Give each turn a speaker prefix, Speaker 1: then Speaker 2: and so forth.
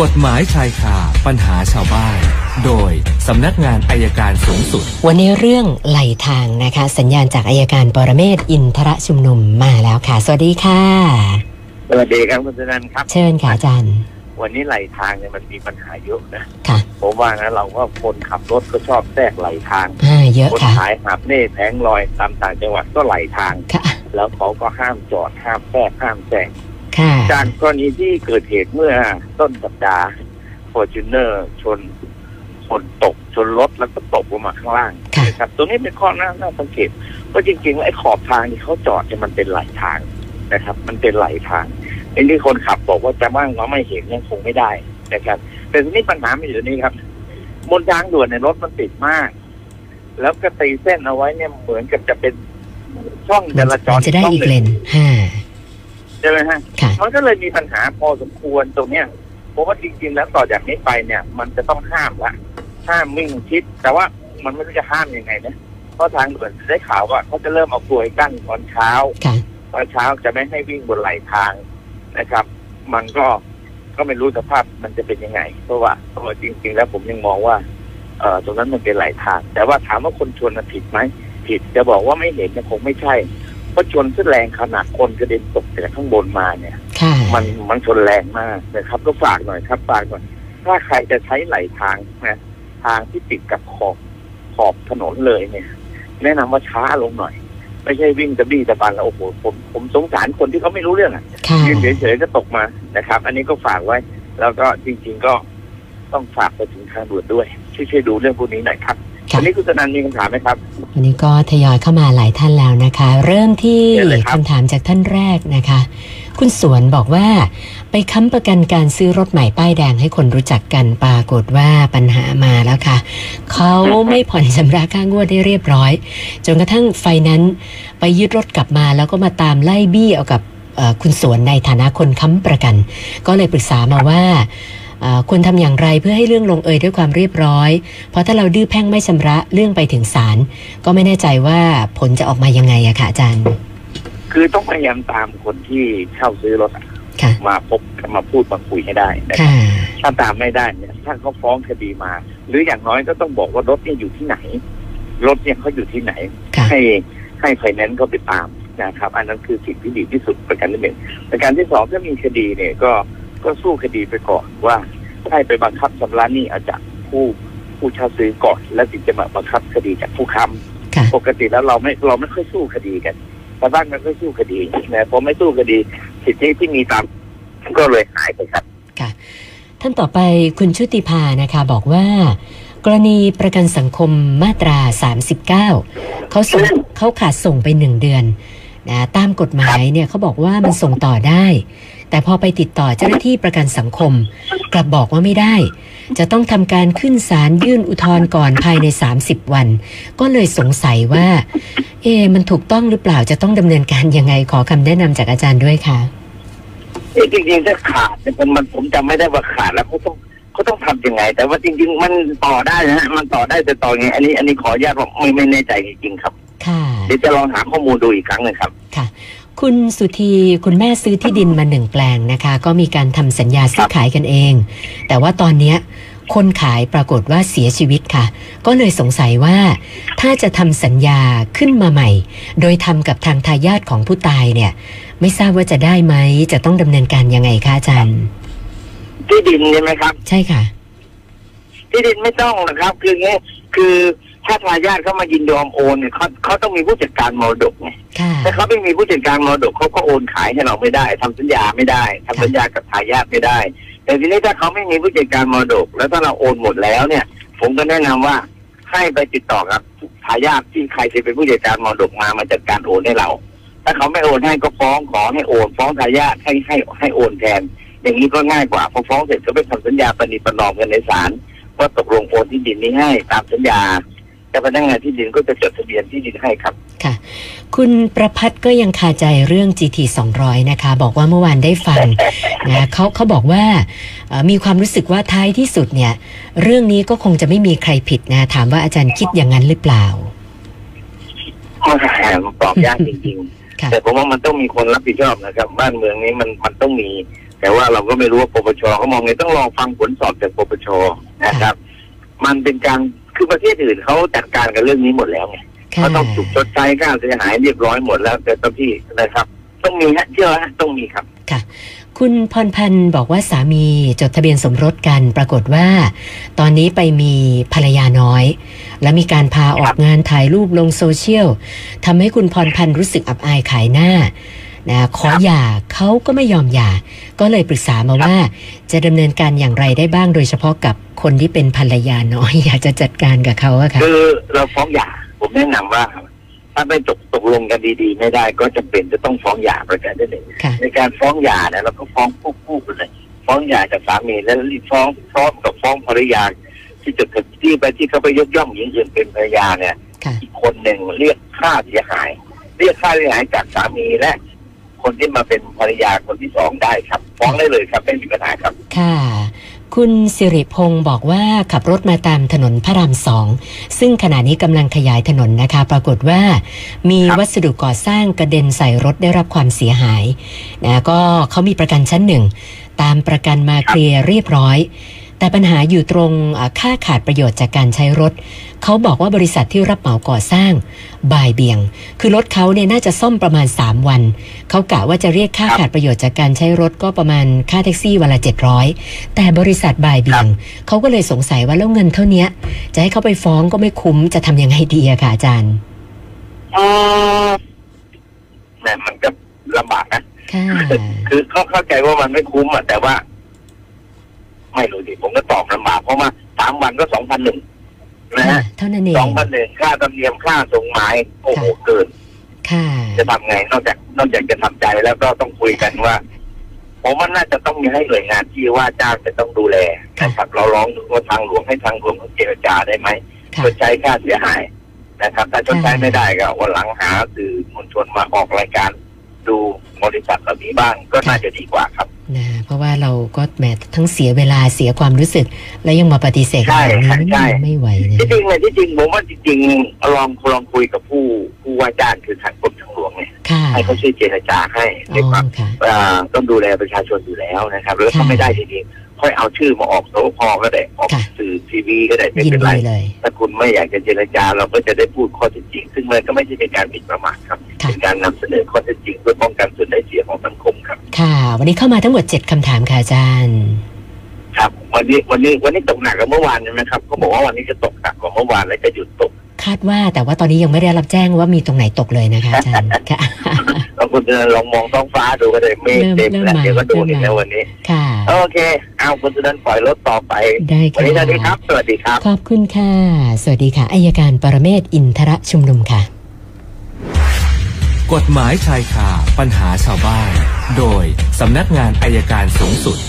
Speaker 1: กฎหมายชายคาปัญหาชาวบ้าน โดยสำนักงานอายการสูงสุด
Speaker 2: วันนี้เรื่องไหลทางนะคะ สัญญาณจากอายการปรเมศวร์อินทรชุมนุมมาแล้วค่ะ สวัสดีค่ะ
Speaker 3: สวัสดีครับคุณธนันท์ครับ
Speaker 2: เชิญค่ะอาจารย์
Speaker 3: วันนี้ไหลทางเนี่ยมันมีปัญหาเยอะนะ
Speaker 2: ค่ะ
Speaker 3: ผมว่านะเราก็คนขับรถก็ชอบแทรกไหลทาง
Speaker 2: อ่าเยอะ
Speaker 3: คน
Speaker 2: ค่ะ
Speaker 3: ขายหาบเน่แผงลอยตามต่างจังหวัดก็ไหลทาง
Speaker 2: ค่ะ
Speaker 3: แล้วเขาก็ห้ามจอดห้ามแทรกห้ามแซง
Speaker 2: ค่ะ
Speaker 3: จากกรณีที่เกิดเหตุเมื่อต้นสัปดาห์ฟอร์จูเนอร์ชนชนตกชนรถแล้วก็ตกลงมาข้างล่าง
Speaker 2: ค่ะ
Speaker 3: นะครับตรงนี้เป็นข้อน่าน่าสังเกตว่าจริงๆแล้วไอ้ขอบทางที่เขาจอดเนี่ยมันเป็นไหลทางนะครับ มันเป็นไหลทางไอ้ที่คนขับบอกว่าจะว่างเราไม่เห็นยังคงไม่ได้นะครับ แต่ทีนี้ปัญหามันอยู่ตรงนี้ครับ บนทางด่วนเนี่ยรถมันติดมาก แล้วก็ตีเส้นเอาไว้เนี่ยเหมือนกับจะเป็นช่องจราจร
Speaker 2: จะได้
Speaker 3: ช่อง
Speaker 2: อีก
Speaker 3: ห
Speaker 2: เล
Speaker 3: นึ่ง
Speaker 2: นห้า
Speaker 3: ใช่ไหมฮะ
Speaker 2: ค่ะ
Speaker 3: มันก็เลยมีปัญหาพอสมควรตรงเนี้ยผมว่าจริงๆแล้วต่อจากนี้ไปเนี่ย มันจะต้องห้ามละห้ามวิ่งชิด แต่ว่ามันไม่รู้จะห้ามยังไงนะเพราะทางด่วนได้ข่าวว่าเขาจะเริ่มเอากลวยกั้นตอนเช้า
Speaker 2: ค่ะ
Speaker 3: ตอนเช้าจะไม่ให้วิ่งบนไหลทางนะครับ มันก็ก็ไม่รู้สภาพมันจะเป็นยังไง เพราะว่าเพราะว่าจริง ๆ แล้วผมยังมองว่าเออตรงนั้นมันเป็นไหลทาง แต่ว่าถามว่าคนชวนน่ะผิดไหมผิดจะบอกว่าไม่เห็นเนี่ยคงไม่ใช่เพราะชนขึ้นแรงขนาดคนกระเด็นตกจากข้างบนมาเนี่ย
Speaker 2: ค่ะ
Speaker 3: มันมันชนแรงมากนะครับ ก็ฝากหน่อยครับฝากหน่อยถ้าใครจะใช้ไหลทางนะทางที่ติดกับขอบขอบถนนเลยเนี่ย แนะนำว่าช้าลงหน่อย ไม่ใช่วิ่งตะบี้ตะบันแล้วโอ้โหผมผมสงสารคนที่เขาไม่รู้เรื่องอะ
Speaker 2: ค่ะ
Speaker 3: ยืนเฉยๆก็ตกมานะครับ อันนี้ก็ฝากไว้ แล้วก็จริง ๆก็ต้องฝากไปถึงทางด่วนด้วยช่วยช่วยดูเรื่องพวกนี้หน่อยครับ
Speaker 2: ะ
Speaker 3: วันนี้คุณธนันมีคำถามไหมครับ
Speaker 2: วันนี้ก็ทยอยเข้ามาหลายท่านแล้วนะคะ เริ่มที่
Speaker 3: เชิญเลยครับ
Speaker 2: คำถามจากท่านแรกนะคะ คุณสวนบอกว่า ไปค้ำประกันการซื้อรถใหม่ป้ายแดงให้คนรู้จักกันปรากฏว่าปัญหามาแล้วค่ะ เขาไม่ผ่อนชำระค่างวดได้เรียบร้อย จนกระทั่งไฟนั้นซ์ไปยึดรถกลับมาแล้วก็มาตามไล่บี้เอากับเอ่อคุณสวนในฐานะคนค้ำประกัน ก็เลยปรึกษามาว่าเอ่อควรทำอย่างไรเพื่อให้เรื่องลงเอยด้วยความเรียบร้อย เพราะถ้าเราดื้อแพ่งไม่ชำระเรื่องไปถึงศาล ก็ไม่แน่ใจว่าผลจะออกมายังไงอะค่ะอาจารย์
Speaker 3: คือต้องพยายามตามคนที่เช่าซื้อรถอะ
Speaker 2: ค่ะ
Speaker 3: มาพบมาพูดมาคุยให้ได้นะครับ
Speaker 2: ค่ะ
Speaker 3: ถ้าตามไม่ได้เนี่ยถ้าเขาฟ้องคดีมา หรืออย่างน้อยก็ต้องบอกว่ารถเนี่ยอยู่ที่ไหน รถเนี่ยเขาอยู่ที่ไหน
Speaker 2: ค่ะ
Speaker 3: ให้ให้ไฟแนนซ์เขาไปตามนะครับ อันนั้นคือสิ่งที่ดีที่สุดประการที่หนึ่งประการที่สองถ้ามีคดีเนี่ยก็ก็สู้คดีไปก่อนว่าให้ไปบังคับชำระหนี้เอาจากผู้ผู้เช่าซื้อก่อน แล้วถึงจะมาบังคับคดีจากผู้ค้ำ
Speaker 2: ค่ะ
Speaker 3: ปกติแล้วเราไม่เราไม่ค่อยสู้คดีกันชาวบ้านไม่ค่อยสู้คดีนะพอไม่สู้คดีสิทธิที่มีตามก็เลยหายไปครับ
Speaker 2: ท่านต่อไปคุณชุติภานะคะบอกว่า กรณีประกันสังคมมาตรา 39 เขาส่ง เขาขาดส่งไปหนึ่งเดือนนะตามกฎหมายเนี่ยเขาบอกว่ามันส่งต่อได้ แต่พอไปติดต่อเจ้าหน้าที่ประกันสังคม กลับบอกว่าไม่ได้ จะต้องทำการขึ้นศาลยื่นอุทธรณ์ก่อนภายใน 30 วัน ก็เลยสงสัยว่า เอะมันถูกต้องหรือเปล่าจะต้องดำเนินการยังไงขอคำแนะนำจากอาจารย์ด้วยค่ะ
Speaker 3: เอ้ยจริงๆถ้าขาดเนี่ยมันมันผมจำไม่ได้ว่าขาดแล้วเขาต้องเขาต้องทำยังไง แต่ว่าจริง ๆ มันต่อได้นะฮะมันต่อได้แต่ต่อไงอันนี้อันนี้ขออนุญาตบอกไม่ไม่แน่ใจจริงๆครับ
Speaker 2: ค่ะ
Speaker 3: เดี๋ยวจะลองหาข้อมูลดูอีกครั้งหนึงครับ
Speaker 2: คุณสุธีคุณแม่ซื้อที่ดินมาหนึ่งแปลงนะคะ ก็มีการทำสัญญาซื้อขายกันเอง แต่ว่าตอนเนี้ยคนขายปรากฏว่าเสียชีวิตค่ะ ก็เลยสงสัยว่า ถ้าจะทำสัญญาขึ้นมาใหม่ โดยทำกับทางทายาทของผู้ตายเนี่ย ไม่ทราบว่าจะได้ไหมจะต้องดำเนินการยังไงคะอาจารย์
Speaker 3: ที่ดินใช่ไหมครับ
Speaker 2: ใช่ค่ะ
Speaker 3: ที่ดินไม่ต้องนะครับ คืออย่างเงี้ยคือถ้าทายาทเขามายินยอมโอนเนี่ยเขาเขาต้องมีผู้จัดการมรดกไง
Speaker 2: ค่ะ
Speaker 3: ถ้าเขาไม่มีผู้จัดการมรดกเขาก็โอนขายให้เราไม่ได้ทำสัญญาไม่ได้ทำสัญญากับทายาทไม่ได้ แต่ทีนี้ถ้าเขาไม่มีผู้จัดการมรดก แล้วถ้าเราโอนหมดแล้วเนี่ย ผมก็แนะนำว่าให้ไปติดต่อกับทายาทที่ใครจะเป็นผู้จัดการมรดกมามาจัดการโอนให้เรา ถ้าเขาไม่โอนให้ก็ฟ้องขอให้โอน ฟ้องทายาทให้ให้ให้โอนแทน อย่างนี้ก็ง่ายกว่าพอฟ้องเสร็จก็ไปทำสัญญาปณิประนอมกันในศาลว่าตกลงโอนที่ดินนี้ให้ตามสัญญาแต่พนักงานที่ดินก็จะจดทะเบียนที่ดินให้ครับ
Speaker 2: คุณประพัฒน์ก็ยังคาใจเรื่อง GT 200 นะคะ บอกว่าเมื่อวานได้ฟั ง นะเขาเขาบอกว่าเอ่อมีความรู้สึกว่าท้ายที่สุดเนี่ย เรื่องนี้ก็คงจะไม่มีใครผิดนะ ถามว่าอาจารย์คิดอย่างนั้นหรือเปล่า
Speaker 3: ข้อหามันตอบยากจริง
Speaker 2: ค่ะ
Speaker 3: ๆ แต่ผมว่ามันต้องมีคนรับผิดชอบนะครับ บ้านเมืองนี้มันมันต้องมี แต่ว่าเราก็ไม่รู้ว่าปปชเขามองไงต้องรอฟังผลสอบจากปปชนะครับ มันเป็นการคือประเทศอื่นเขาจัดการกับเรื่องนี้หมดแล้วไง
Speaker 2: ค่ะ
Speaker 3: เขาต้องถูกชดใช้ค่าเสียหายเรียบร้อยหมดแล้ว แต่ต้องพี่นะครับ ต้องมีฮะเชื่อฮะต้องมีครับ
Speaker 2: คุณพรพันธ์บอกว่าสามีจดทะเบียนสมรสกัน ปรากฏว่า ตอนนี้ไปมีภรรยาน้อย และมีการพาออกงานถ่ายรูปลงโซเชียลทำให้คุณพรพันธ์รู้สึกอับอายขายหน้านะขอหย่าเขาก็ไม่ยอมหย่า ก็เลยปรึกษามาว่า จะดำเนินการอย่างไรได้บ้างโดยเฉพาะกับคนที่เป็นภรรยาน้อย อยากจะจัดการกับเขาอะค่ะ
Speaker 3: คือเราฟ้องหย่าผมแนะนำว่า ถ้าไม่ตกตกลงกันดี ๆ ไม่ได้ก็จำเป็นจะต้องฟ้องหย่าประการที่หนึ่ง
Speaker 2: ค่ะ
Speaker 3: ในการฟ้องหย่าเนี่ยเราก็ฟ้องคู่คู่ๆกันเลยฟ้องหย่าจากสามีแล้วรีบฟ้องพร้อมกับฟ้องภรรยาที่จดทะที่ไปที่เขาไปยกย่องหญิงอื่นเป็นภรรยาเนี่ย
Speaker 2: ค่ะ
Speaker 3: อีกคนหนึ่งเรียกค่าเสียหาย เรียกค่าเสียหายจากสามีและ คนที่มาเป็นภรรยาคนที่สองได้ครับ ฟ้องได้เลยครับไม่มีปัญหาครับ
Speaker 2: ค่ะ คุณสิริพงศ์บอกว่าขับรถมาตามถนนพระรามสองซึ่งขณะนี้กำลังขยายถนนนะคะ ปรากฏว่า มี
Speaker 3: ครับ
Speaker 2: วัสดุก่อสร้างกระเด็นใส่รถได้รับความเสียหายนะก็เขามีประกันชั้นหนึ่ง ตามประกันมาเคลียร์เรียบร้อย แต่ปัญหาอยู่ตรงอ่าค่าขาดประโยชน์จากการใช้รถ เขาบอกว่าบริษัทที่รับเหมาก่อสร้างบ่ายเบี่ยง คือรถเขาเนี่ยน่าจะซ่อมประมาณ 3 วัน เขากะว่าจะเรียกค่า
Speaker 3: ครับ
Speaker 2: ขาดประโยชน์จากการใช้รถก็ประมาณค่าแท็กซี่วันละ700 แต่บริษัทบ่ายเบี่ยง เขาก็เลยสงสัยว่าแล้วเงินเท่าเนี้ย จะให้เขาไปฟ้องก็ไม่คุ้มจะทำยังไงดีอะค่ะอาจารย์
Speaker 3: แต่มันก็ลำบากนะ
Speaker 2: ค่ะ
Speaker 3: คือเขาเข้าใจว่ามันไม่คุ้มอ่ะแต่ว่า ไม่รู้ดิผมก็ตอบลำบากเพราะว่าสามวันก็สองพันหนึ่ง นะ
Speaker 2: ค่ะ
Speaker 3: ฮะ
Speaker 2: เท่านั้นเอง
Speaker 3: สองพันหนึ่งค่าธรรมเนียมค่าส่งหมายโอ้โห
Speaker 2: ค่ะ
Speaker 3: เกิน
Speaker 2: ค่ะ
Speaker 3: จะทำไงนอกจากนอกจากจะทำใจแล้วก็ต้องคุยกันว่า ผมว่าน่าจะต้องมีให้หน่วยงานที่ว่าจ้างจะต้องดูแลนะครับ เราร้องดูว่าทางหลวงให้ทางหลวงเขาเจรจาได้ไหม
Speaker 2: ค่ะ
Speaker 3: ชดใช้ค่าเสียหายนะครับ ถ้าชดใช้ไม่ได้ก็วันหลังหาสื่อมวลชนมาออกรายการ ดูบริษัทแบบนี้บ้างก็น่าจะดีกว่าครับ
Speaker 2: นะเพราะว่าเราก็แหมทั้งเสียเวลาเสียความรู้สึก แล้วยังมาปฏิเสธ
Speaker 3: ใช่
Speaker 2: แบบนี้
Speaker 3: ใช่
Speaker 2: ไม่ไม่ไหวนะ
Speaker 3: ที่จริงเลยที่จริงผมว่าจริงๆลองลองคุยกับผู้ผู้ว่าจ้างคือทางกรมทางหลวงเนี่ย
Speaker 2: ค่ะ
Speaker 3: ให้เขาช่วยเจรจาให้
Speaker 2: อ๋
Speaker 3: ด้วยความ
Speaker 2: อค่ะ
Speaker 3: อ่าต้องดูแลประชาชนอยู่แล้วนะครับ แล้วถ้า
Speaker 2: ค่ะ
Speaker 3: ไม่ได้จริงๆค่อยเอาชื่อมาออกโสพอก็ได้ออก
Speaker 2: ค่ะ
Speaker 3: สื่อทีวีก็ได้ไม่
Speaker 2: ยิน
Speaker 3: เป็นไร
Speaker 2: ดีเลย
Speaker 3: ถ้าคุณไม่อยากจะเจรจาเราก็จะได้พูดข้อเท็จจริง ซึ่งมันก็ไม่ใช่เป็นการปิดประมาทครับ เป็นการนำเสนอข้อเท็จจริงเพื่อป้องกันส่วนได้เสียของสังคมครับ
Speaker 2: ค่ะ วันนี้เข้ามาทั้งหมด 7คำถามค่ะอาจารย์
Speaker 3: ครับ วันนี้วันนี้วันนี้ตกหนักกว่าเมื่อวานใช่ไหมครับเขาบอกว่าวันนี้จะตกหนักกว่าเมื่อวานและจะหยุดตก
Speaker 2: คาดว่าแต่ว่าตอนนี้ยังไม่ได้รับแจ้งว่ามีตรงไหนตกเลยนะคะอา จารย์ค่ะ
Speaker 3: แล้วคุณจะลองมองท้องฟ้าดูก็ได้เมฆ
Speaker 2: เริ่
Speaker 3: เต็ม
Speaker 2: ม
Speaker 3: แล้ว
Speaker 2: เริ่มมา
Speaker 3: เดี๋ยวก็โดน
Speaker 2: เริ่ม
Speaker 3: อีก
Speaker 2: มา
Speaker 3: แล้ววันนี้
Speaker 2: ค่ะ
Speaker 3: โอเค เอาคุณจะนั้นปล่อยรถต่อไป
Speaker 2: ได้
Speaker 3: วันนี้เท่านี้ครั
Speaker 2: ค่ะ
Speaker 3: บ สวัสดีครับ
Speaker 2: ขอบคุณค่ะ สวัสดีค่ะอายการปรเมศวร์อินทรชุมนุมค่ะ
Speaker 1: กฎหมายชายคาปัญหาชาวบ้าน โดยสำนักงานอายการสูงสุด